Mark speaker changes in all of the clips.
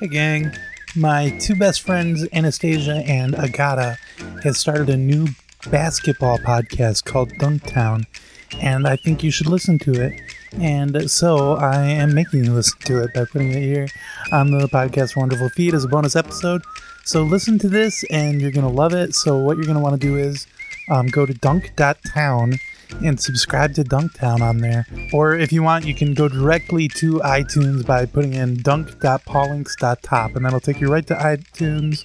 Speaker 1: Hey, gang. My two best friends, Anastasia and Agata, have started a new basketball podcast called Dunktown, and I think you should listen to it. And so I am making you listen to it by putting it here on the podcast Wonderful Feed as a bonus episode. So listen to this, and you're going to love it. So, what you're going to want to do is um, go to dunk.town and subscribe to Dunktown on there. Or if you want, you can go directly to iTunes by putting in dunk.pawlinks.top, and that'll take you right to iTunes,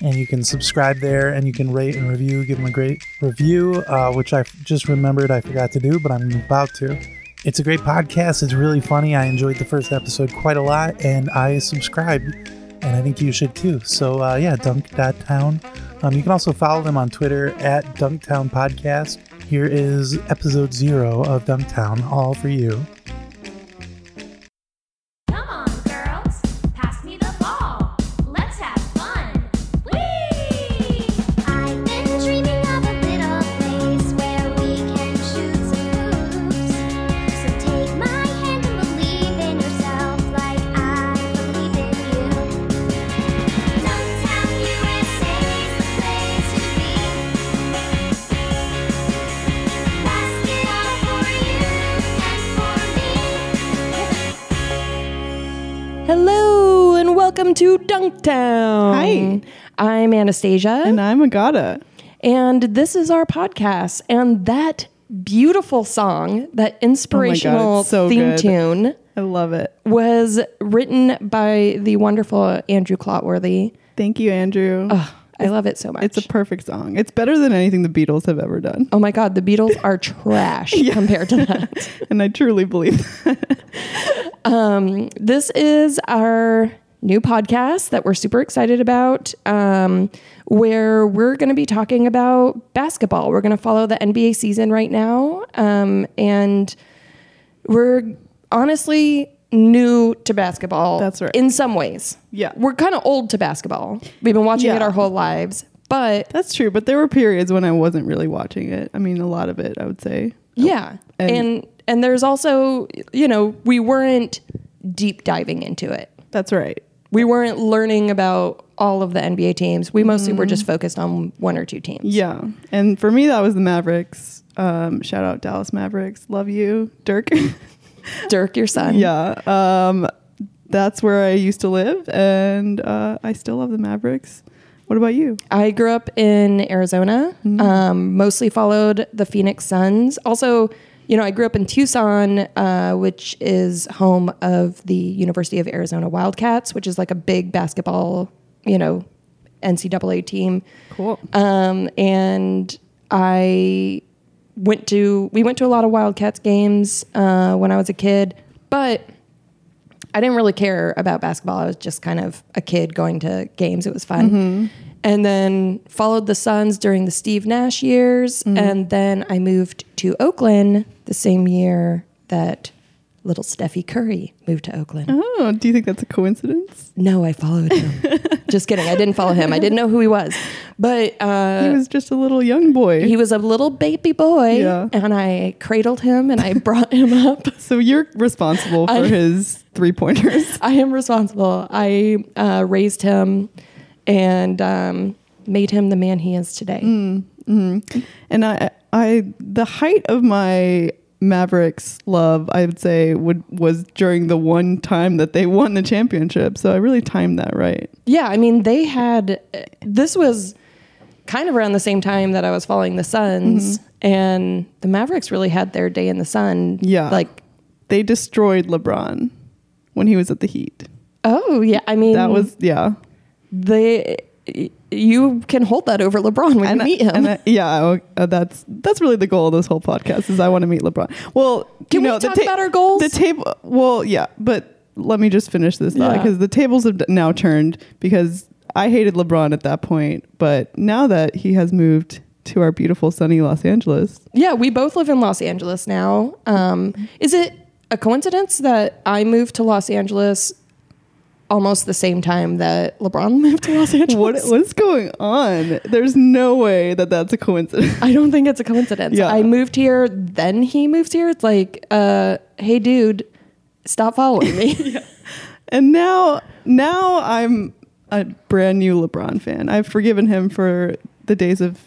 Speaker 1: and you can subscribe there, and you can rate and review, give them a great review, uh, which I just remembered I forgot to do, but I'm about to. It's a great podcast. It's really funny. I enjoyed the first episode quite a lot, and I subscribed, and I think you should too. So uh, yeah, dunk.town. Um, you can also follow them on Twitter at Dunktown Podcast. Here is episode zero of Dunktown, all for you.
Speaker 2: Come on, girls, pass me the ball. Let's have fun. Whee! I've been dreaming of a little place where we can shoot some hoops. So take my hand and believe in yourself like I believe in you. Downtown USA is the place to be. Basketball for you and for me.
Speaker 3: Hello and welcome to Dunktown. Hi. I'm Anastasia.
Speaker 4: And I'm Agata.
Speaker 3: and this is our podcast. And that beautiful song,
Speaker 4: Oh
Speaker 3: that inspirational
Speaker 4: it's so
Speaker 3: theme
Speaker 4: good.
Speaker 3: tune,
Speaker 4: I love it.
Speaker 3: was written by the wonderful Andrew Clotworthy.
Speaker 4: Thank you, Andrew.
Speaker 3: I love it so much.
Speaker 4: it's a perfect song. It's better than anything the Beatles have ever done.
Speaker 3: oh my God, the Beatles are trash compared to that.
Speaker 4: And I truly believe that.
Speaker 3: this is our new podcast that we're super excited about um, where we're going to be talking about basketball we're going to follow the nba season right now um, and we're honestly new to basketball
Speaker 4: That's right.
Speaker 3: in some ways
Speaker 4: Yeah.
Speaker 3: we're kind of old to basketball we've been watching it
Speaker 4: Yeah.
Speaker 3: our whole lives but
Speaker 4: That's true. But there were periods when I wasn't really watching it. I mean, a lot of it, I would say.
Speaker 3: yeah
Speaker 4: And-
Speaker 3: and and there's also you know we weren't deep diving into it
Speaker 4: That's right.
Speaker 3: we weren't learning about all of the NBA teams. We mostly were just focused on one or two teams.
Speaker 4: Yeah. And for me, that was the Mavericks. Um, shout out Dallas Mavericks. Love you, Dirk.
Speaker 3: Dirk, your son.
Speaker 4: yeah. Um, that's where I used to live. And uh, I still love the Mavericks. What about you?
Speaker 3: I grew up in Arizona,
Speaker 4: Mm-hmm.
Speaker 3: um, mostly followed the Phoenix Suns. Also, you know, I grew up in Tucson, uh, which is home of the University of Arizona Wildcats, which is like a big basketball, you know, NCAA team.
Speaker 4: Cool.
Speaker 3: um, and I went to we went to a lot of Wildcats games uh, when I was a kid, but I didn't really care about basketball. I was just kind of a kid going to games. It was fun. And then followed the Suns during the Steve Nash years, and then I moved to Oakland the same year that little Steffi Curry moved to Oakland.
Speaker 4: Oh, do you think that's a coincidence?
Speaker 3: No, I followed him. just kidding. I didn't follow him. I didn't know who he was. But uh,
Speaker 4: he was just a little young boy.
Speaker 3: he was a little baby boy
Speaker 4: Yeah.
Speaker 3: and i cradled him and i brought him up
Speaker 4: So you're responsible for
Speaker 3: I-
Speaker 4: his three pointers.
Speaker 3: i am responsible i uh, raised him and um, made him the man he is today
Speaker 4: Hmm. And I, I, the height of my Mavericks love, I would say, would was during the one time that they won the championship. So I really timed that right.
Speaker 3: yeah i mean they had uh, this was kind of around the same time that i was following the suns
Speaker 4: Mm-hmm.
Speaker 3: and the mavericks really had their day in the sun
Speaker 4: Yeah.
Speaker 3: like
Speaker 4: They destroyed LeBron when he was at the Heat.
Speaker 3: oh yeah i mean
Speaker 4: That was yeah.
Speaker 3: they you can hold that over lebron when
Speaker 4: And
Speaker 3: you
Speaker 4: I-
Speaker 3: meet him
Speaker 4: and I- yeah, I- uh, that's that's really the goal of this whole podcast is I want to meet LeBron. Well,
Speaker 3: Can
Speaker 4: you
Speaker 3: we
Speaker 4: know, the
Speaker 3: talk about our goals?
Speaker 4: The table. Well, yeah, but let me just finish this thought
Speaker 3: Yeah.
Speaker 4: because the tables have d- now turned because I hated LeBron at that point, but now that he has moved to our beautiful sunny Los Angeles,
Speaker 3: Yeah, we both live in Los Angeles now. Um,
Speaker 4: Mm-hmm.
Speaker 3: is it a coincidence that I moved to Los Angeles almost the same time that LeBron moved to Los Angeles?
Speaker 4: what what is going on? There's no way that that's a coincidence.
Speaker 3: I don't think it's a coincidence.
Speaker 4: Yeah.
Speaker 3: I moved here, then he moves here. It's like, uh, hey, dude, stop following me.
Speaker 4: And now now I'm a brand new LeBron fan. I've forgiven him for the days of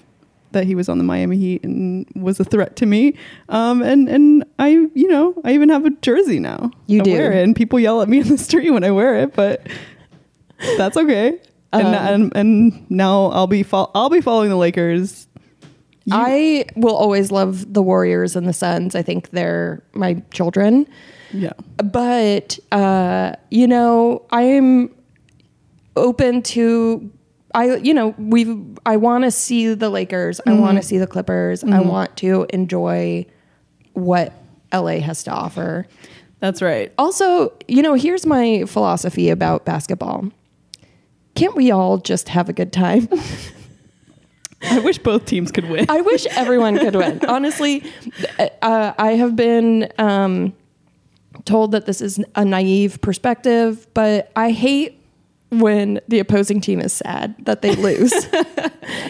Speaker 4: that he was on the Miami Heat and was a threat to me. Um, and and I, you know, I even have a jersey now.
Speaker 3: You
Speaker 4: I
Speaker 3: do.
Speaker 4: wear it, and people yell at me in the street when I wear it, but that's okay. And,
Speaker 3: Um,
Speaker 4: and, and now I'll be fol- I'll be following the Lakers. You-
Speaker 3: I will always love the Warriors and the Suns. I think they're my children.
Speaker 4: yeah.
Speaker 3: But, uh, you know, I am open to. I you know we I want to see the Lakers I want to see the Clippers I want to enjoy what LA has to offer.
Speaker 4: That's right.
Speaker 3: Also, you know, here's my philosophy about basketball. Can't we all just have a good time?
Speaker 4: I wish both teams could win.
Speaker 3: I wish everyone could win. Honestly, uh, I have been um, told that this is a naive perspective, but I hate when the opposing team is sad that they lose.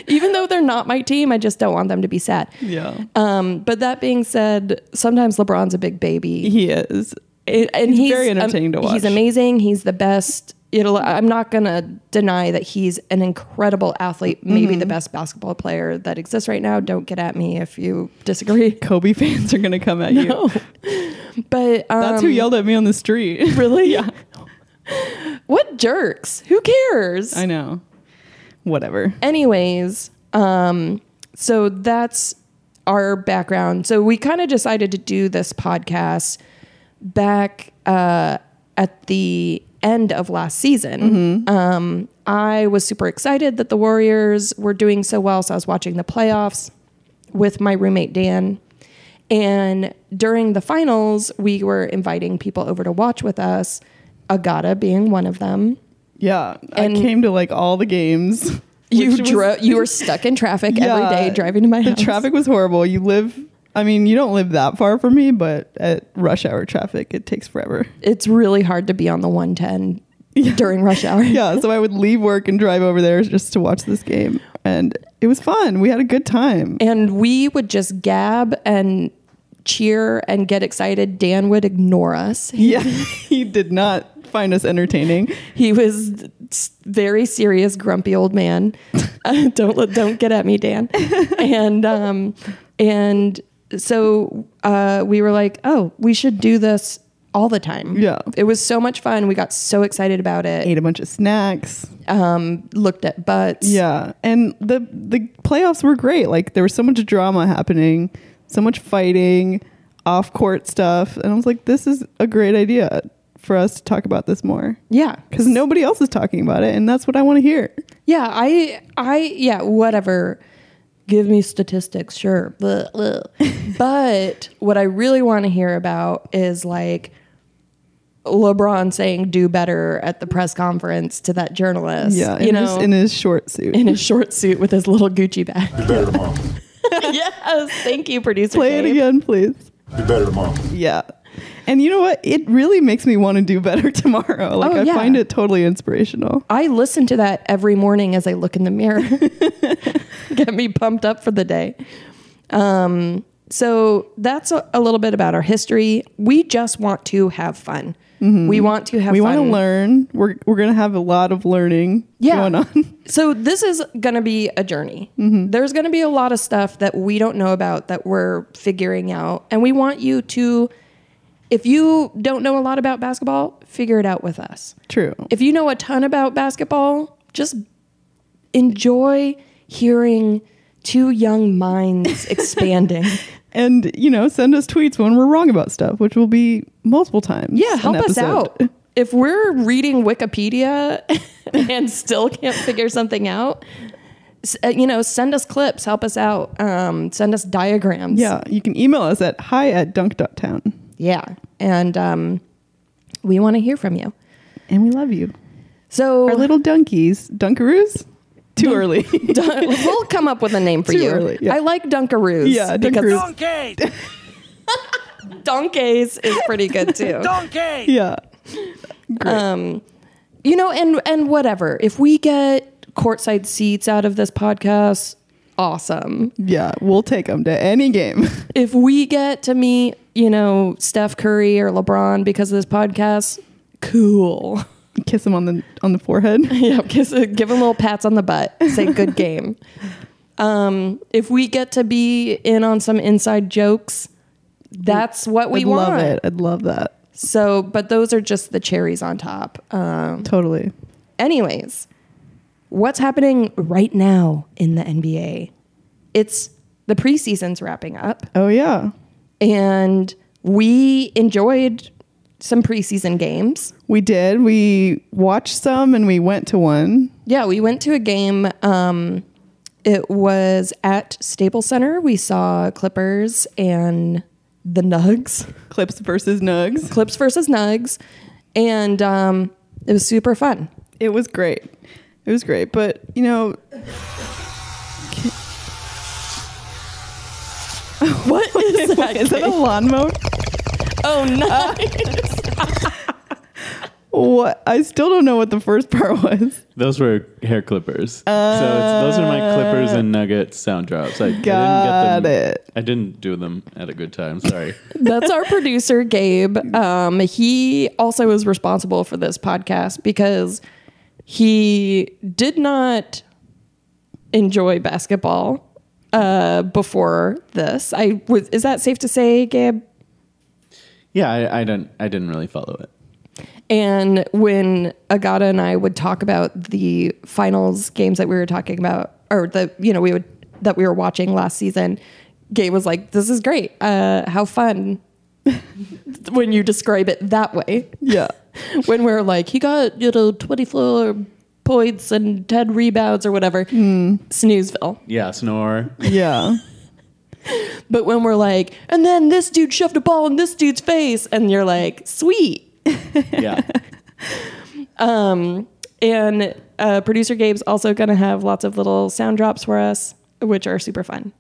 Speaker 3: Even though they're not my team, I just don't want them to be sad.
Speaker 4: yeah.
Speaker 3: Um, but that being said, sometimes LeBron's a big baby.
Speaker 4: He is.
Speaker 3: It- and he's,
Speaker 4: very entertaining to watch.
Speaker 3: He's amazing. He's the best. It'll, I'm not going to deny that he's an incredible athlete, maybe
Speaker 4: Mm-hmm.
Speaker 3: the best basketball player that exists right now. Don't get at me if you disagree.
Speaker 4: Kobe fans are going to come at you.
Speaker 3: But um,
Speaker 4: That's who yelled at me on the street.
Speaker 3: Really? Yeah. what jerks? Who cares?
Speaker 4: I know. Whatever.
Speaker 3: Anyways, um, so that's our background. So we kind of decided to do this podcast back uh, at the end of last season. Um, I was super excited that the Warriors were doing so well. So I was watching the playoffs with my roommate Dan. And during the finals, we were inviting people over to watch with us, Agata being one of them.
Speaker 4: Yeah.
Speaker 3: And-
Speaker 4: I came to like all the games.
Speaker 3: You
Speaker 4: which was-
Speaker 3: drove. You were stuck in traffic
Speaker 4: Yeah.
Speaker 3: every day driving to my house.
Speaker 4: The traffic was horrible. You live, I mean, you don't live that far from me, but at rush hour traffic, it takes forever.
Speaker 3: It's really hard to be on the 110 during rush hour.
Speaker 4: Yeah. So I would leave work and drive over there just to watch this game. And it was fun. We had a good time.
Speaker 3: And we would just gab and cheer and get excited. Dan would ignore us.
Speaker 4: Yeah. he did not find us entertaining.
Speaker 3: He was s- very serious, grumpy old man. Uh, don't let- don't get at me, Dan. And um, and so uh, we were like, oh, we should do this all the time.
Speaker 4: Yeah.
Speaker 3: it was so much fun. We got so excited about it.
Speaker 4: Ate a bunch of snacks.
Speaker 3: um, looked at butts.
Speaker 4: Yeah, and the the playoffs were great. Like there was so much drama happening, so much fighting, off court stuff, and I was like, this is a great idea for us to talk about this more
Speaker 3: Yeah.
Speaker 4: because nobody else is talking about it, and that's what I want to hear.
Speaker 3: Yeah. I, I, yeah, whatever. Give me statistics, sure. Bleh, bleh. but what I really want to hear about is like LeBron saying, do better at the press conference to that journalist.
Speaker 4: Yeah,
Speaker 3: You
Speaker 4: in,
Speaker 3: know,
Speaker 4: his, in his short suit,
Speaker 3: in his short suit with his little Gucci bag. yes. Thank you, producer.
Speaker 4: play it
Speaker 3: Dave.
Speaker 4: again, please.
Speaker 5: Be better tomorrow.
Speaker 4: Yeah. And you know what? It really makes me want to do better tomorrow. Like
Speaker 3: Oh,
Speaker 4: I
Speaker 3: yeah.
Speaker 4: find it totally inspirational.
Speaker 3: I listen to that every morning as I look in the mirror. Get me pumped up for the day. Um, so that's a, a little bit about our history. We just want to have fun. We want to have
Speaker 4: Mm-hmm. We
Speaker 3: fun.
Speaker 4: want to learn. We're we're gonna have a lot of learning
Speaker 3: Yeah.
Speaker 4: going on.
Speaker 3: So this is going to be a journey.
Speaker 4: Mm-hmm.
Speaker 3: There's going to be a lot of stuff that we don't know about that we're figuring out. And we want you to, if you don't know a lot about basketball, figure it out with us.
Speaker 4: True.
Speaker 3: if you know a ton about basketball, just enjoy hearing two young minds expanding.
Speaker 4: and you know send us tweets when we're wrong about stuff which will be multiple times
Speaker 3: Yeah,
Speaker 4: an
Speaker 3: help us
Speaker 4: episode.
Speaker 3: out. If we're reading Wikipedia and still can't figure something out, s- uh, you know, send us clips, help us out, um, send us diagrams.
Speaker 4: yeah you can email us at hi at dunk.town
Speaker 3: Yeah. And um, we want to hear from you.
Speaker 4: and we love you
Speaker 3: So
Speaker 4: our little donkeys dunkaroos too early
Speaker 3: Dun- we'll come up with a name for
Speaker 4: Too
Speaker 3: you.
Speaker 4: early, yeah.
Speaker 3: I like Dunkaroos.
Speaker 4: yeah dunkaroos
Speaker 3: Donkeys is pretty good too.
Speaker 4: yeah
Speaker 3: you know and and whatever if we get courtside seats out of this podcast awesome
Speaker 4: yeah we'll take them to any game
Speaker 3: if we get to meet you know steph curry or lebron because of this podcast cool
Speaker 4: kiss him on the on the forehead.
Speaker 3: yeah, kiss, give them little pats on the butt. Say good game. Um, if we get to be in on some inside jokes, that's what we
Speaker 4: I'd
Speaker 3: want.
Speaker 4: love it. I'd love that.
Speaker 3: So, but those are just the cherries on top. Um,
Speaker 4: Totally.
Speaker 3: anyways, what's happening right now in the NBA? It's the preseason's wrapping up,
Speaker 4: Oh yeah.
Speaker 3: and we enjoyed some preseason games.
Speaker 4: We did. We watched some and we went to one.
Speaker 3: Yeah, we went to a game. Um, it was at Staples Center. We saw Clippers and the Nugs,
Speaker 4: Clips versus Nugs.
Speaker 3: Clips versus Nugs, and um, it was super fun.
Speaker 4: It was great. It was great. But you know
Speaker 3: What is that?
Speaker 4: is that a lawnmower?
Speaker 3: oh no!
Speaker 4: What I still don't know what the first part was.
Speaker 5: Those were hair clippers. so it's, those are my clippers and nugget sound drops. I, I
Speaker 4: Uh, Got
Speaker 5: didn't get them.
Speaker 4: it.
Speaker 5: I didn't do them at a good time. Sorry.
Speaker 3: That's our producer, Gabe. Um, he also is responsible for this podcast because he did not enjoy basketball uh, before this. I was. Is that safe to say, Gabe?
Speaker 5: yeah, I, I don't. I didn't really follow it.
Speaker 3: And when Agata and I would talk about the finals games that we were talking about, or the you know we would that we were watching last season, Gabe was like, "This is great. Uh, how fun." when you describe it that way,
Speaker 4: Yeah.
Speaker 3: when we're like, he got, you know, 24 points and 10 rebounds or whatever, snoozeville.
Speaker 5: Yeah, snore.
Speaker 4: Yeah.
Speaker 3: But when we're like, and then this dude shoved a ball in this dude's face, and you're like, sweet.
Speaker 5: Yeah.
Speaker 3: Um, And uh, producer Gabe's also going to have lots of little sound drops for us, which are super fun.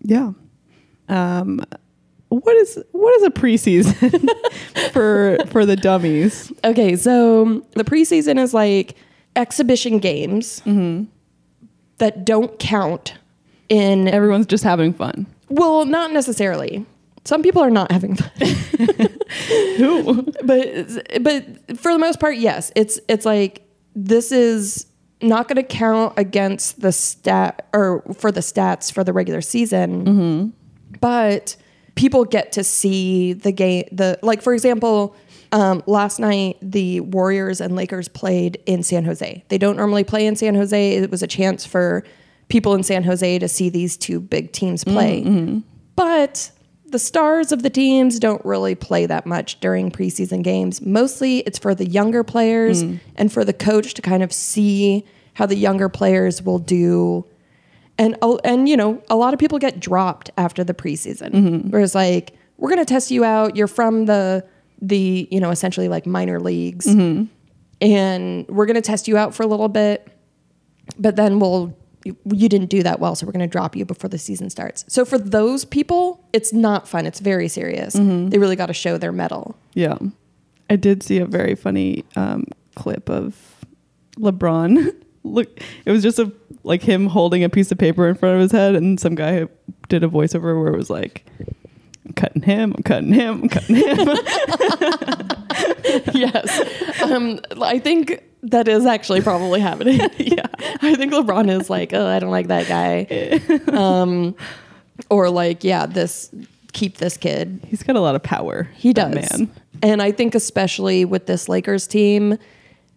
Speaker 4: Yeah. Um what is what is a preseason for for the dummies?
Speaker 3: Okay, so the preseason is like exhibition games that don't count in
Speaker 4: Everyone's just having fun.
Speaker 3: Well, not necessarily. Some people are not having fun. But but for the most part, yes. It's it's like this is not going to count against the stat or for the stats for the regular season. But people get to see the game. The like, for example. Um, last night, the Warriors and Lakers played in San Jose. They don't normally play in San Jose. It was a chance for people in San Jose to see these two big teams play. But the stars of the teams don't really play that much during preseason games. Mostly it's for the younger players and for the coach to kind of see how the younger players will do. And oh, and you know, a lot of people get dropped after the preseason. Whereas like, we're going to test you out. You're from the the, you know, essentially like minor leagues. And we're going to test you out for a little bit but then we'll you, you didn't do that well so we're going to drop you before the season starts so for those people it's not fun it's very serious they really got to show their metal
Speaker 4: Yeah. I did see a very funny um, clip of LeBron. Look, it was just a like him holding a piece of paper in front of his head, and some guy did a voiceover where it was like, I'm cutting him, I'm cutting him, I'm cutting him.
Speaker 3: yes um, i think that is actually probably happening yeah i think lebron is like oh i don't like that guy um, or like yeah this keep this kid
Speaker 4: He's got a lot of power.
Speaker 3: He
Speaker 4: that
Speaker 3: does. And I think especially with this Lakers team,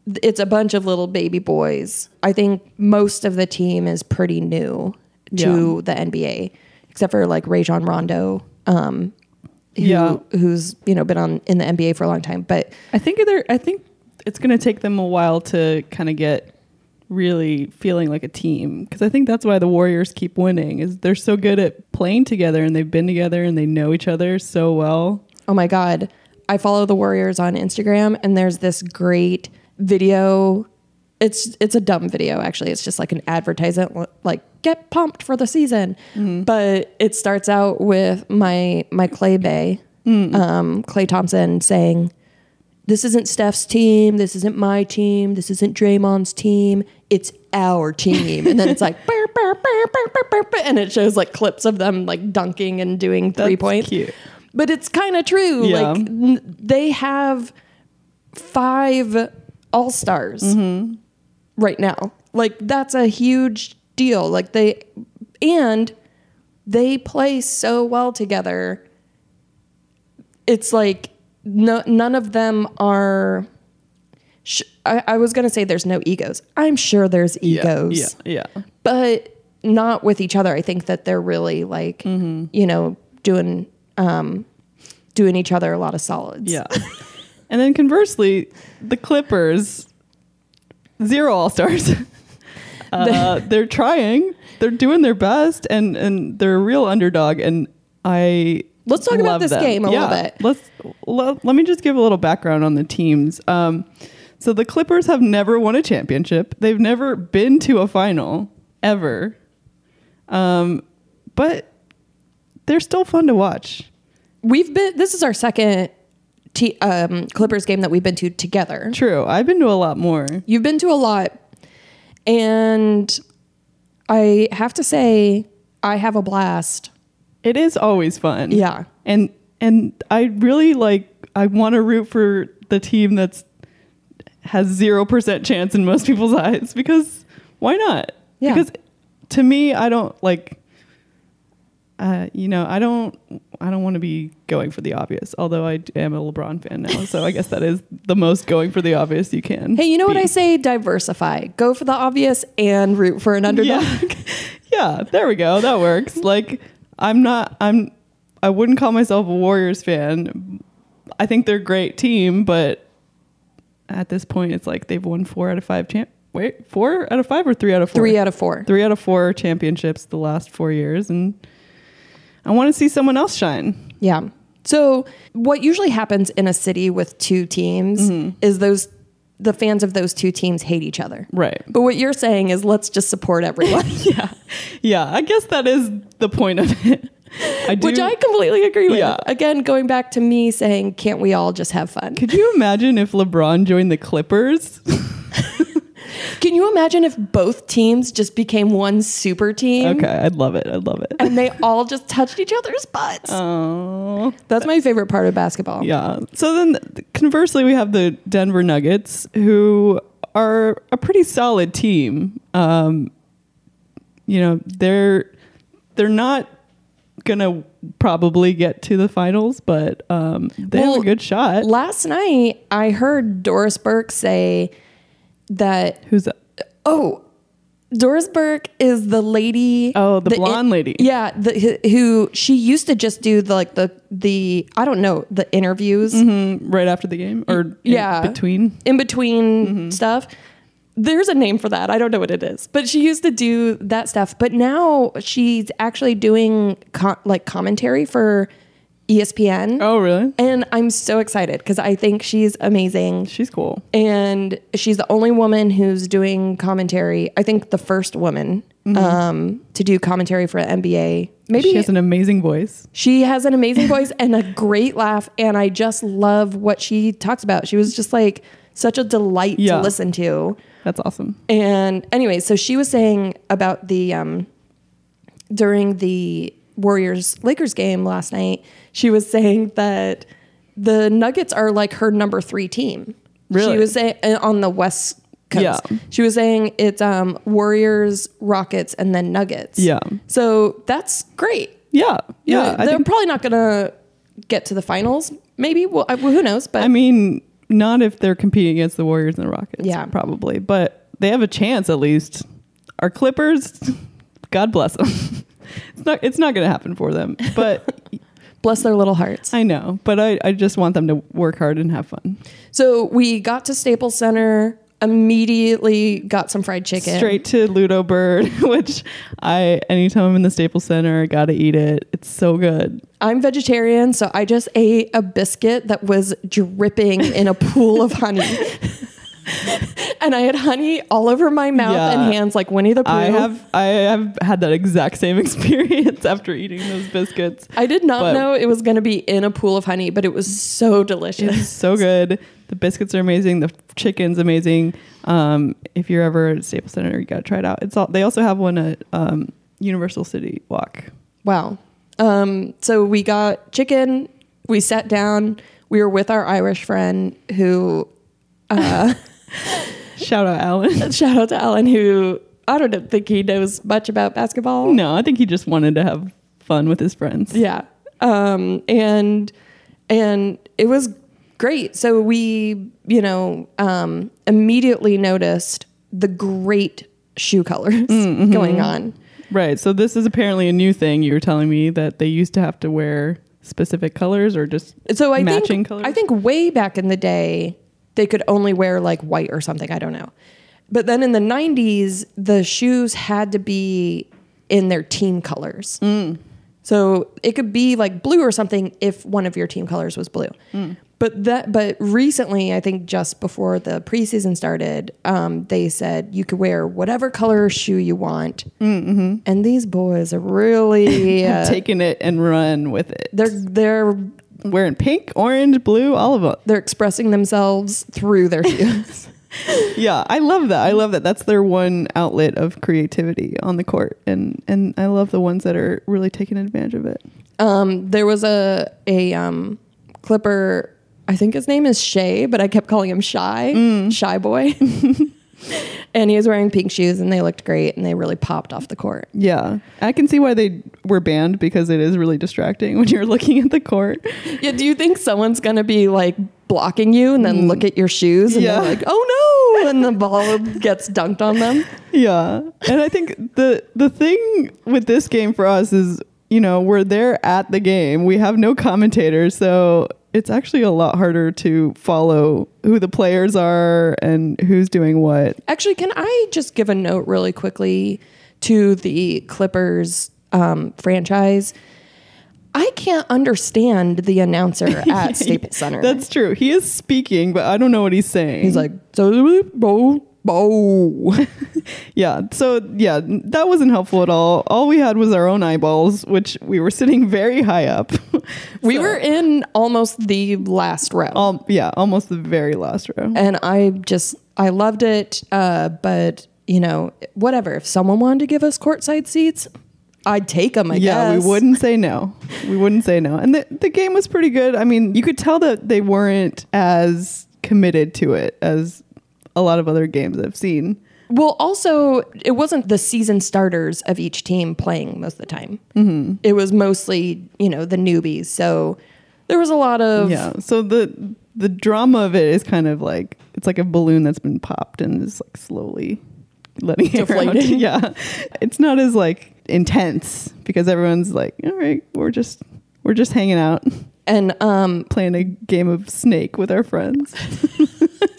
Speaker 3: th- it's a bunch of little baby boys. I think most of the team is pretty new to the NBA, except for like Rajon Rondo, um, who,
Speaker 4: Yeah.
Speaker 3: who's you know been on in the NBA for a long time. But
Speaker 4: I think they're. I think it's going to take them a while to kind of get really feeling like a team because I think that's why the Warriors keep winning is they're so good at playing together and they've been together and they know each other so well.
Speaker 3: oh my god, I follow the Warriors on Instagram, and there's this great video. It's it's a dumb video actually. It's just like an advertisement, like get pumped for the season.
Speaker 4: Mm-hmm.
Speaker 3: But it starts out with my my Clay Bay,
Speaker 4: Mm.
Speaker 3: um, Clay Thompson saying, "This isn't Steph's team. This isn't my team. This isn't Draymond's team. It's our team." And then it's like. "Burr, burr, burr, burr, burr, burr, burr," And it shows like clips of them like dunking and doing three
Speaker 4: That's
Speaker 3: points
Speaker 4: cute.
Speaker 3: but it's kind of true.
Speaker 4: Yeah.
Speaker 3: Like n- they have five all stars
Speaker 4: Mm-hmm.
Speaker 3: right now. Like that's a huge deal. Like they and they play so well together. It's like no, none of them are. Sh- I, I was gonna say there's no egos. I'm sure there's egos
Speaker 4: Yeah, yeah, yeah.
Speaker 3: but not with each other. I think that they're really like
Speaker 4: Mm-hmm.
Speaker 3: you know doing um, doing each other a lot of solids.
Speaker 4: Yeah. and then conversely, the Clippers, zero all stars. uh, they're trying, they're doing their best, and, and they're a real underdog. And I.
Speaker 3: Let's talk about
Speaker 4: love
Speaker 3: this
Speaker 4: them.
Speaker 3: game a
Speaker 4: Yeah.
Speaker 3: little bit.
Speaker 4: Let's let, let me just give a little background on the teams. Um, so the Clippers have never won a championship. They've never been to a final ever. Um, but they're still fun to watch.
Speaker 3: we've been. This is our second t- um, Clippers game that we've been to together.
Speaker 4: True, I've been to a lot more.
Speaker 3: You've been to a lot, and I have to say I have a blast.
Speaker 4: It is always fun.
Speaker 3: Yeah.
Speaker 4: And and I really like I want to root for the team that's has 0% chance in most people's eyes because why not?
Speaker 3: Yeah.
Speaker 4: Because to me I don't like uh, you know, I don't I don't want to be going for the obvious, although I am a LeBron fan now, so I guess that is the most going for the obvious you can.
Speaker 3: Hey, you know what
Speaker 4: be.
Speaker 3: I say? Diversify. Go for the obvious and root for an underdog.
Speaker 4: Yeah. yeah, there we go. That works. Like I'm not I'm I wouldn't call myself a Warriors fan. I think they're a great team, but at this point it's like they've won 4 out of 5 champ Wait, 4 out of 5 or 3 out of 4?
Speaker 3: Three out of four.
Speaker 4: 3 out of 4 championships the last 4 years and I want to see someone else shine.
Speaker 3: Yeah. So what usually happens in a city with two teams
Speaker 4: Mm-hmm.
Speaker 3: is those the fans of those two teams hate each other.
Speaker 4: Right.
Speaker 3: But what you're saying is let's just support everyone,
Speaker 4: Yeah. Yeah, I guess that is the point of it. I do
Speaker 3: which I completely agree with.
Speaker 4: Yeah.
Speaker 3: Again, going back to me saying, can't we all just have fun?
Speaker 4: Could you imagine if LeBron joined the Clippers?
Speaker 3: Can you imagine if both teams just became one super team?
Speaker 4: Okay, I'd love it. I'd love it.
Speaker 3: And they all just touched each other's butts.
Speaker 4: Oh.
Speaker 3: That's my favorite part of basketball.
Speaker 4: Yeah. So then, th- conversely, we have the Denver Nuggets, who are a pretty solid team. Um, you know, they're they're not gonna probably get to the finals, but um, they have
Speaker 3: Well,
Speaker 4: a good shot.
Speaker 3: Last night I heard Doris Burke say that
Speaker 4: Who's that?
Speaker 3: Oh, Doris Burke is the lady.
Speaker 4: Oh, the blonde lady.
Speaker 3: Yeah, the, who she used to just do the like the the I don't know the interviews
Speaker 4: right after the game or Mm-hmm. in
Speaker 3: yeah.
Speaker 4: between? Mm-hmm.
Speaker 3: in between stuff. There's a name for that. I don't know what it is, but she used to do that stuff. But now she's actually doing co- like commentary for E ESPN,
Speaker 4: Oh, really?
Speaker 3: and I'm so excited because I think she's amazing.
Speaker 4: She's cool.
Speaker 3: and she's the only woman who's doing commentary. I think the first woman um, to do commentary for NBA. Maybe
Speaker 4: Mm-hmm. She has an amazing voice.
Speaker 3: amazing voice and a great laugh, and I just love what she talks about. She was just like such a delight
Speaker 4: Yeah.
Speaker 3: to listen to.
Speaker 4: That's awesome.
Speaker 3: And anyway, so she was saying about the um, during the Warriors Lakers game last night, she was saying that the Nuggets are like her number three team.
Speaker 4: Really?
Speaker 3: She was saying on the West Coast.
Speaker 4: Yeah.
Speaker 3: She was saying it's um, Warriors, Rockets, and then Nuggets.
Speaker 4: Yeah.
Speaker 3: So that's great.
Speaker 4: Yeah. Yeah. I
Speaker 3: They're
Speaker 4: think-
Speaker 3: probably not going to get to the finals, maybe. Well, I, well who knows? But
Speaker 4: I mean, not if they're competing against the Warriors and the Rockets.
Speaker 3: Yeah.
Speaker 4: probably. But they have a chance at least. Our Clippers, God bless them. it's not. It's not going to happen for them. But
Speaker 3: bless their little hearts.
Speaker 4: I know. But I, I just want them to work hard and have fun.
Speaker 3: So we got to Staples Center, immediately got some fried chicken.
Speaker 4: Straight to Ludo Bird, which I anytime I'm in the Staples Center, gotta eat it. It's so good.
Speaker 3: I'm vegetarian, so I just ate a biscuit that was dripping in a pool of honey. and I had honey all over my mouth
Speaker 4: Yeah.
Speaker 3: and hands like Winnie the Pooh.
Speaker 4: I have I have had that exact same experience after eating those biscuits.
Speaker 3: I did not
Speaker 4: But-
Speaker 3: know it was going to be in a pool of honey, but it was so delicious.
Speaker 4: It's so good. The biscuits are amazing. The chicken's amazing. Um, if you're ever at Staples Center, you gotta try it out. It's all. They also have one at um, Universal City Walk.
Speaker 3: Wow. Um, so we got chicken. We sat down. We were with our Irish friend who
Speaker 4: Shout out, Alan.
Speaker 3: Shout out to Alan, who I don't think he knows much about basketball.
Speaker 4: No, I think he just wanted to have fun with his friends.
Speaker 3: Yeah. Um, and and it was great. So we, you know, um, immediately noticed the great shoe colors going on.
Speaker 4: Right. So this is apparently a new thing. You were telling me that they used to have to wear specific colors or just
Speaker 3: So I
Speaker 4: matching
Speaker 3: think
Speaker 4: colors.
Speaker 3: I think way back in the day they could only wear like white or something. I don't know. But then in the '90s, the shoes had to be in their team colors.
Speaker 4: Mm.
Speaker 3: So it could be like blue or something if one of your team colors was blue.
Speaker 4: Mm.
Speaker 3: But that, but recently, I think just before the preseason started, um, they said you could wear whatever color shoe you want.
Speaker 4: Mm,
Speaker 3: Mm-hmm. And these boys are really uh,
Speaker 4: taking it and run with it.
Speaker 3: they're they're
Speaker 4: wearing pink, orange, blue, all of them.
Speaker 3: they're expressing themselves through their shoes.
Speaker 4: Yeah, I love that. I love that. That's their one outlet of creativity on the court, and and I love the ones that are really taking advantage of it.
Speaker 3: um, there was a a um, Clipper. I think his name is Shay, but I kept calling him Shy, Shy Boy. and he was wearing pink shoes, and they looked great, and they really popped off the court.
Speaker 4: Yeah, I can see why they were banned because it is really distracting when you're looking at the court.
Speaker 3: Yeah, do you think someone's gonna be like blocking you and then look at your shoes and
Speaker 4: Yeah.
Speaker 3: they're like, oh no, and the ball gets dunked on them?
Speaker 4: Yeah. And I think the the thing with this game for us is, you know, we're there at the game. We have no commentators, so it's actually a lot harder to follow who the players are and who's doing what.
Speaker 3: Actually, can I just give a note really quickly to the Clippers um, franchise? I can't understand the announcer at Staples Center.
Speaker 4: That's true. He is speaking, but I don't know what he's saying.
Speaker 3: He's like, "So, bo, bo."
Speaker 4: yeah. So, yeah, that wasn't helpful at all. All we had was our own eyeballs, which we were sitting very high up.
Speaker 3: we
Speaker 4: So,
Speaker 3: were in almost the last row.
Speaker 4: al- yeah, almost the very last row.
Speaker 3: and I just I loved it. Uh, but you know, whatever. If someone wanted to give us courtside seats, I'd take them. I
Speaker 4: yeah,
Speaker 3: guess.
Speaker 4: we wouldn't say no. We wouldn't say no. And the, the game was pretty good. I mean, you could tell that they weren't as committed to it as a lot of other games I've seen.
Speaker 3: Well, also, it wasn't the season starters of each team playing most of the time. Mm-hmm. It was mostly you know the newbies. So there was a lot of
Speaker 4: Yeah. So the the drama of it is kind of like it's like a balloon that's been popped and is like slowly letting it out.
Speaker 3: Deflating.
Speaker 4: Yeah. It's not as like intense because everyone's like, all right, we're just we're just hanging out,
Speaker 3: and um
Speaker 4: playing a game of snake with our friends.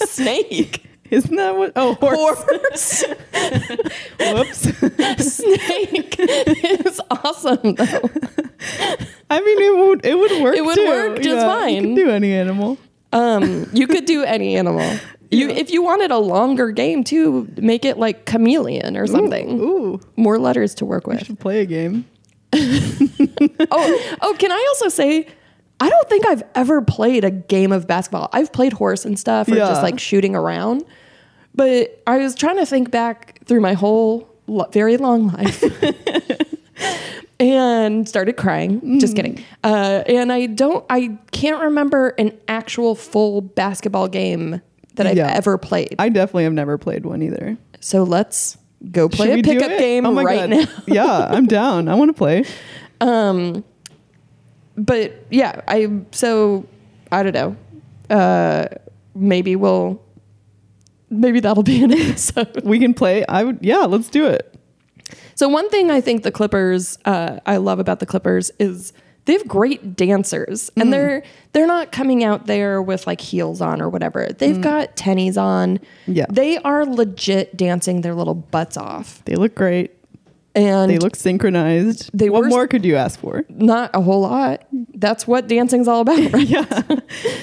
Speaker 3: snake.
Speaker 4: Isn't that what? Oh, horse.
Speaker 3: Horse,
Speaker 4: Whoops.
Speaker 3: snake. It was awesome though.
Speaker 4: I mean, it would it would work.
Speaker 3: It would
Speaker 4: too.
Speaker 3: work just
Speaker 4: You
Speaker 3: fine.
Speaker 4: can do any animal.
Speaker 3: Um, you could do any animal. You, if you wanted a longer game too, make it like chameleon or something.
Speaker 4: Ooh,
Speaker 3: More letters to work
Speaker 4: we
Speaker 3: with.
Speaker 4: should play a game.
Speaker 3: Oh, oh, can I also say, I don't think I've ever played a game of basketball. I've played horse and stuff, or
Speaker 4: Yeah.
Speaker 3: just like shooting around. But I was trying to think back through my whole lo- very long life. And started crying. Just
Speaker 4: Mm.
Speaker 3: kidding. Uh, and I don't, I can't remember an actual full basketball game that I've
Speaker 4: Yeah.
Speaker 3: ever played.
Speaker 4: I definitely have never played one either.
Speaker 3: So let's go play
Speaker 4: Should
Speaker 3: a
Speaker 4: we do
Speaker 3: pickup
Speaker 4: it?
Speaker 3: game
Speaker 4: Oh my
Speaker 3: right
Speaker 4: God.
Speaker 3: now.
Speaker 4: yeah, I'm down. I want to play.
Speaker 3: But yeah, I so I don't know. Uh, maybe we'll maybe that'll be an episode.
Speaker 4: We can play. I would. Yeah, let's do it.
Speaker 3: So one thing I think the Clippers, uh, I love about the Clippers is they have great dancers, and they're they're not coming out there with like heels on or whatever. They've got tennies on.
Speaker 4: Yeah.
Speaker 3: they are legit dancing their little butts off,
Speaker 4: They look great.
Speaker 3: and
Speaker 4: They look synchronized.
Speaker 3: They
Speaker 4: what
Speaker 3: were-
Speaker 4: more could you ask for?
Speaker 3: not a whole lot. That's what dancing's all about, right?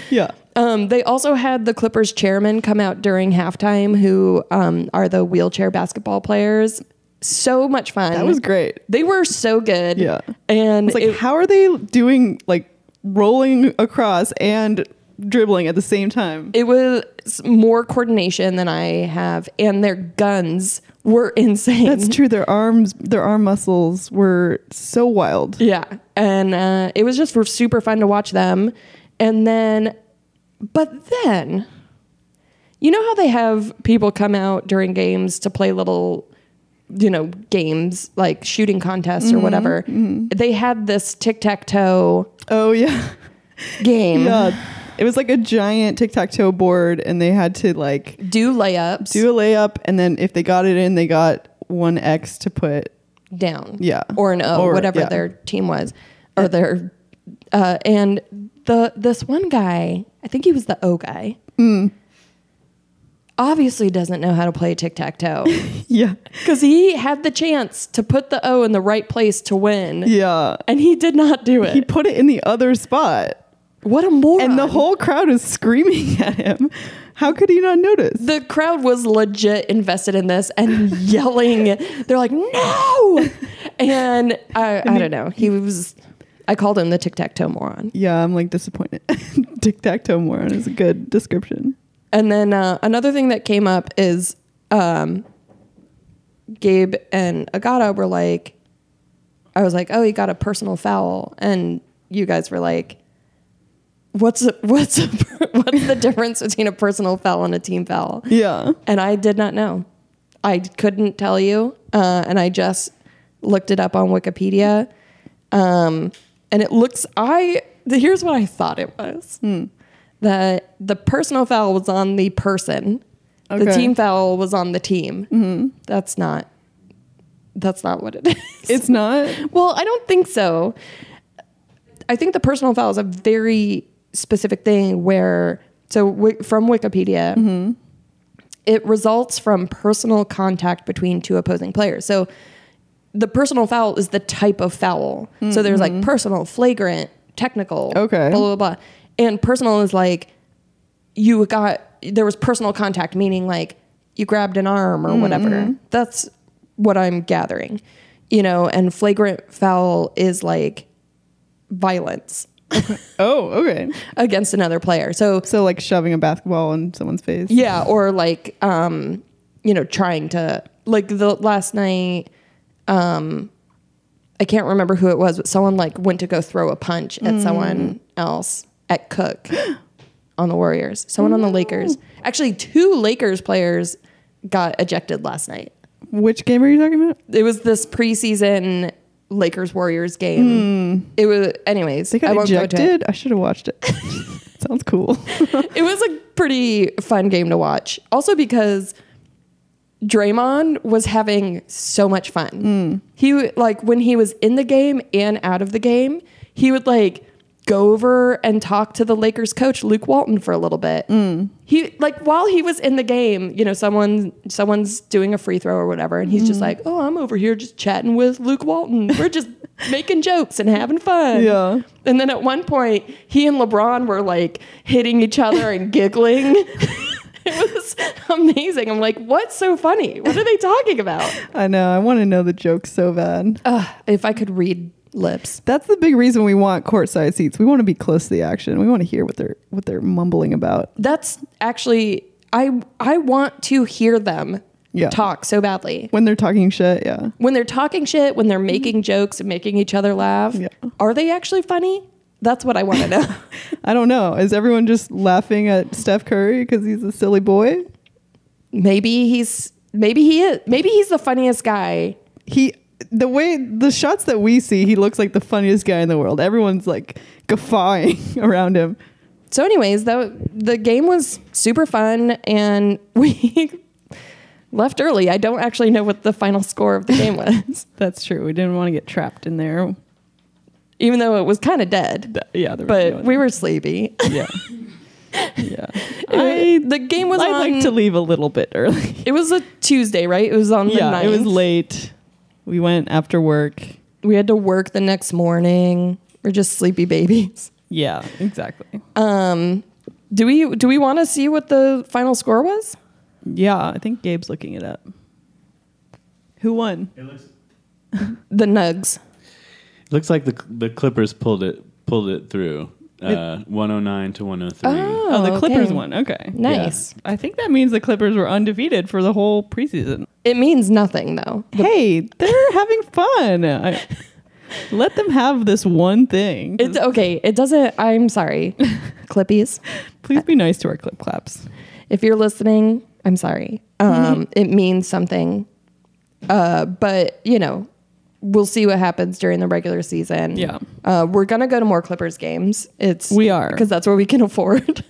Speaker 4: Yeah.
Speaker 3: Um, they also had the Clippers chairman come out during halftime, who um, are the wheelchair basketball players. So much fun.
Speaker 4: That was great.
Speaker 3: They were so good.
Speaker 4: Yeah.
Speaker 3: And
Speaker 4: It's like,
Speaker 3: Um, it-
Speaker 4: how are they doing like rolling across and dribbling at the same time?
Speaker 3: it was more coordination than I have, and their guns were insane.
Speaker 4: That's true. Their arms, their arm muscles were so wild.
Speaker 3: Yeah. And uh, it was just super fun to watch them. And then, but then You know how they have people come out during games to play little, you know, games like shooting contests
Speaker 4: Mm-hmm,
Speaker 3: or whatever? They had this tic tac toe
Speaker 4: Oh yeah,
Speaker 3: game.
Speaker 4: yeah. It was like a giant tic tac toe board, and they had to like
Speaker 3: Do layups
Speaker 4: do a layup, and then if they got it in, they got one X to put.
Speaker 3: down.
Speaker 4: Yeah.
Speaker 3: Or an O,
Speaker 4: Or-
Speaker 3: whatever
Speaker 4: yeah.
Speaker 3: their team was. Or their uh, and the this one guy, I think he was the O guy.
Speaker 4: Mm.
Speaker 3: Obviously doesn't know how to play tic tac toe.
Speaker 4: Yeah,
Speaker 3: Because he had the chance to put the O in the right place to win,
Speaker 4: yeah.
Speaker 3: and he did not do it.
Speaker 4: He put it in the other spot,
Speaker 3: what a moron!
Speaker 4: and the whole crowd is screaming at him. How could he not notice?
Speaker 3: the crowd was legit invested in this and yelling. They're like, "No!" And I, I don't know. He was. I called him the tic tac toe moron.
Speaker 4: Yeah, I'm like disappointed. tic tac toe moron is a good description.
Speaker 3: And then uh, another thing that came up is um, Gabe and Agata were like, I was like, oh, he got a personal foul, and you guys were like, what's a, what's a, what's the difference between a personal foul and a team foul?
Speaker 4: Yeah.
Speaker 3: And I did not know. I couldn't tell you, uh, and I just looked it up on Wikipedia. Um, and it looks, I here's what I thought it was: that the personal foul was on the person, the
Speaker 4: Okay.
Speaker 3: team foul was on the team. That's not. That's not what it is.
Speaker 4: It's not.
Speaker 3: Well, I don't think so. I think the personal foul is a very specific thing where, so wi- from Wikipedia, it results from personal contact between two opposing players. So the personal foul is the type of foul. So there's like personal, flagrant, technical,
Speaker 4: Okay.
Speaker 3: blah, blah, blah. And personal is like you got, there was personal contact, meaning like you grabbed an arm or whatever. That's what I'm gathering, you know, and flagrant foul is like violence
Speaker 4: Oh, okay.
Speaker 3: against another player. So
Speaker 4: So like shoving a basketball in someone's face.
Speaker 3: yeah, or like um, you know, trying to like the last night um I can't remember who it was, but someone like went to go throw a punch at
Speaker 4: Mm.
Speaker 3: someone else at Cook on the Warriors. Someone on the Lakers. Actually, two Lakers players got ejected last night.
Speaker 4: Which game are you talking about?
Speaker 3: It was this preseason Lakers Warriors game. It was anyways,
Speaker 4: Hmm.
Speaker 3: I
Speaker 4: They got
Speaker 3: won't go into it.
Speaker 4: ejected. I should have watched it. Sounds cool.
Speaker 3: it was a pretty fun game to watch. Also because Draymond was having so much fun. He w- like when he was in the game and out of the game, he would like go over and talk to the Lakers coach Luke Walton for a little bit. He like while he was in the game, you know, someone someone's doing a free throw or whatever and he's just like, "Oh, I'm over here just chatting with Luke Walton. We're just making jokes and having fun."
Speaker 4: Yeah.
Speaker 3: And then at one point, he and LeBron were like hitting each other and giggling. it was amazing. I'm like, what's so funny? What are they talking about?
Speaker 4: I know. I want to know the jokes so bad.
Speaker 3: Ugh, if I could read lips.
Speaker 4: That's the big reason we want courtside seats. We want to be close to the action. We want to hear what they're what they're mumbling about.
Speaker 3: That's actually I I want to hear them
Speaker 4: Yeah.
Speaker 3: talk so badly.
Speaker 4: When they're talking shit, yeah.
Speaker 3: When they're talking shit, when they're making jokes and making each other laugh,
Speaker 4: Yeah.
Speaker 3: are they actually funny? That's what I want to know.
Speaker 4: I don't know. Is everyone just laughing at Steph Curry because he's a silly boy?
Speaker 3: maybe he's maybe he is maybe he's the funniest guy
Speaker 4: He the way the shots that we see, he looks like the funniest guy in the world. Everyone's like guffawing around him.
Speaker 3: so anyways though the game was super fun and we left early i don't actually know what the final score of the game was
Speaker 4: That's true. We didn't want to get trapped in there.
Speaker 3: even though it was kind of dead
Speaker 4: yeah, there
Speaker 3: but we were sleepy
Speaker 4: yeah. yeah.
Speaker 3: I, the game was
Speaker 4: I
Speaker 3: on
Speaker 4: like to leave a little bit early.
Speaker 3: it was a tuesday right it was on the
Speaker 4: yeah,
Speaker 3: night
Speaker 4: it was late. We went after work.
Speaker 3: we had to work the next morning we're just sleepy babies
Speaker 4: Yeah, exactly.
Speaker 3: um do we do we want to see what the final score was
Speaker 4: Yeah, I think Gabe's looking it up. Who won?
Speaker 5: It looks,
Speaker 3: the nugs
Speaker 5: like the the Clippers pulled it pulled it through. Uh, 109 to 103.
Speaker 4: Oh, the Clippers
Speaker 3: okay.
Speaker 4: won. Okay.
Speaker 3: nice
Speaker 4: I think that means the Clippers were undefeated for the whole preseason.
Speaker 3: It means nothing though.
Speaker 4: hey, they're having fun. I, let them have this one thing.
Speaker 3: It's okay. It doesn't. I'm sorry, Clippies.
Speaker 4: Please be nice to our clip claps.
Speaker 3: If you're listening, I'm sorry.
Speaker 4: Mm-hmm.
Speaker 3: Um, it means something. Uh, but, you know, we'll see what happens during the regular season.
Speaker 4: Yeah.
Speaker 3: Uh, we're going to go to more Clippers games. It's
Speaker 4: We are.
Speaker 3: Because that's what we can afford.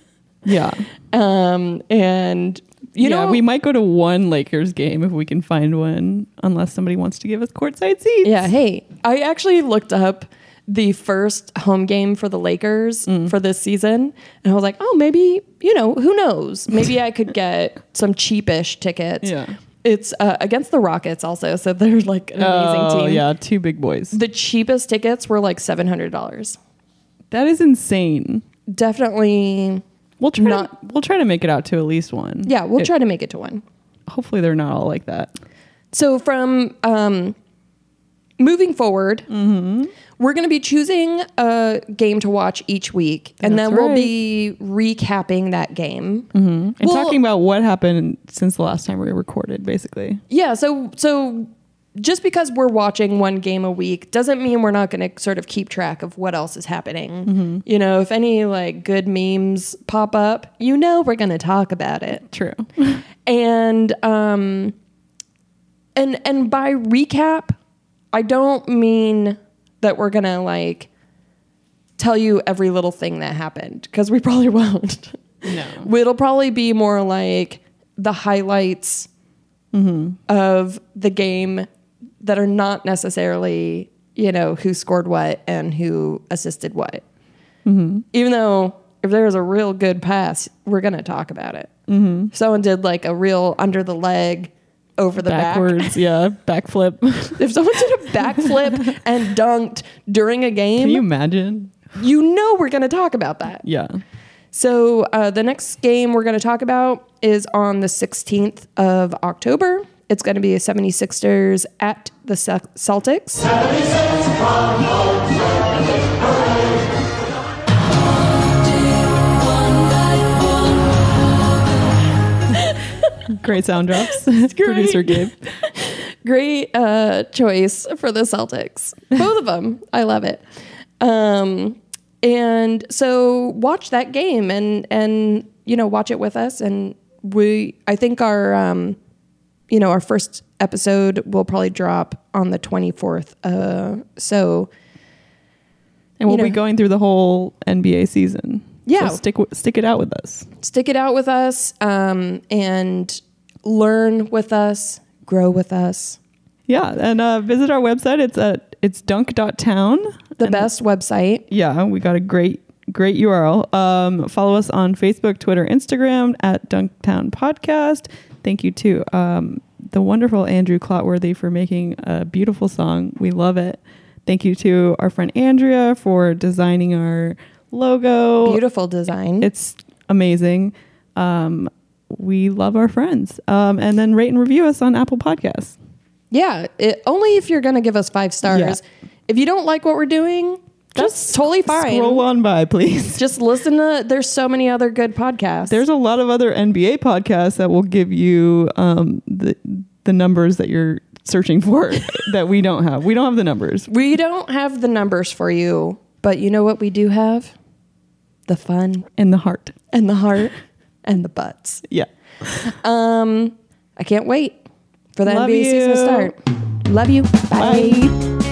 Speaker 4: Yeah.
Speaker 3: um, and, you
Speaker 4: yeah,
Speaker 3: know,
Speaker 4: we might go to one Lakers game if we can find one, unless somebody wants to give us courtside seats.
Speaker 3: Yeah, hey, I actually looked up the first home game for the Lakers
Speaker 4: Mm.
Speaker 3: for this season, and I was like, oh, maybe you know, who knows? Maybe I could get some cheapish tickets.
Speaker 4: Yeah.
Speaker 3: it's uh, against the Rockets also, so they're like an amazing
Speaker 4: Oh,
Speaker 3: team.
Speaker 4: yeah, two big boys.
Speaker 3: The cheapest tickets were like seven hundred dollars.
Speaker 4: That is insane.
Speaker 3: Definitely,
Speaker 4: We'll try
Speaker 3: Not-
Speaker 4: to, we'll try to make it out to at least one.
Speaker 3: yeah. We'll
Speaker 4: It-
Speaker 3: try to make it to one.
Speaker 4: Hopefully they're not all like that.
Speaker 3: So from um, moving forward,
Speaker 4: Mm-hmm.
Speaker 3: we're going to be choosing a game to watch each week, and
Speaker 4: That's
Speaker 3: then we'll
Speaker 4: right.
Speaker 3: be recapping that game.
Speaker 4: And
Speaker 3: Well-
Speaker 4: talking about what happened since the last time we recorded, basically.
Speaker 3: Yeah. So so just because we're watching one game a week doesn't mean we're not going to sort of keep track of what else is happening.
Speaker 4: Mm-hmm.
Speaker 3: You know, if any like good memes pop up, you know we're going to talk about it.
Speaker 4: True.
Speaker 3: and um and and by recap i don't mean that we're gonna like tell you every little thing that happened because we probably won't
Speaker 4: No.
Speaker 3: it'll probably be more like the highlights
Speaker 4: Mm-hmm.
Speaker 3: of the game that are not necessarily you know who scored what and who assisted what
Speaker 4: Mm-hmm.
Speaker 3: even though if there was a real good pass we're going to talk about it
Speaker 4: Mm-hmm.
Speaker 3: someone did like a real under the leg over the
Speaker 4: Backwards, yeah. Backflip.
Speaker 3: back if someone did a backflip and dunked during a game
Speaker 4: Can you
Speaker 3: you,
Speaker 4: imagine?
Speaker 3: know we're going to talk about that
Speaker 4: Yeah.
Speaker 3: so uh, the next game we're going to talk about is on the 16th of October. It's going to be a 76ers at the Ce- Celtics.
Speaker 4: Great sound drops. Producer Gabe.
Speaker 3: Great uh, choice for the Celtics. Both of them. I love it. Um, and so watch that game and and you know watch it with us and we I think our um, you know our first episode will probably drop on the 24th. Uh, so
Speaker 4: And we'll
Speaker 3: You know-
Speaker 4: be going through the whole NBA season.
Speaker 3: Yeah.
Speaker 4: So stick, w- stick it out with us.
Speaker 3: stick it out with us um, and learn with us, grow with us.
Speaker 4: Yeah. And uh, visit our website. It's at it's dunk.town.
Speaker 3: The
Speaker 4: And-
Speaker 3: best website.
Speaker 4: Yeah. We got a great, great URL. Um, follow us on Facebook, Twitter, Instagram at Dunktown Podcast. Thank you to um, the wonderful Andrew Clotworthy for making a beautiful song. We love it. Thank you to our friend Andrea for designing our logo.
Speaker 3: Beautiful design.
Speaker 4: It's amazing. Um, we love our friends. Um, and then rate and review us on Apple Podcasts.
Speaker 3: yeah, it, only if you're going to give us five stars.
Speaker 4: Yeah.
Speaker 3: If you don't like what we're doing, that's
Speaker 4: Just
Speaker 3: totally fine.
Speaker 4: Scroll on by, please.
Speaker 3: Just listen to. There's so many other good podcasts.
Speaker 4: There's a lot of other NBA podcasts that will give you um, the the numbers that you're searching for that we don't have. We don't have the numbers.
Speaker 3: we don't have the numbers for you, but you know what we do have? The fun
Speaker 4: In the heart.
Speaker 3: and the heart and the butts.
Speaker 4: Yeah.
Speaker 3: Um, I can't wait for the
Speaker 4: Love
Speaker 3: NBA season to
Speaker 4: you.
Speaker 3: start. Love you. Bye.
Speaker 4: Bye.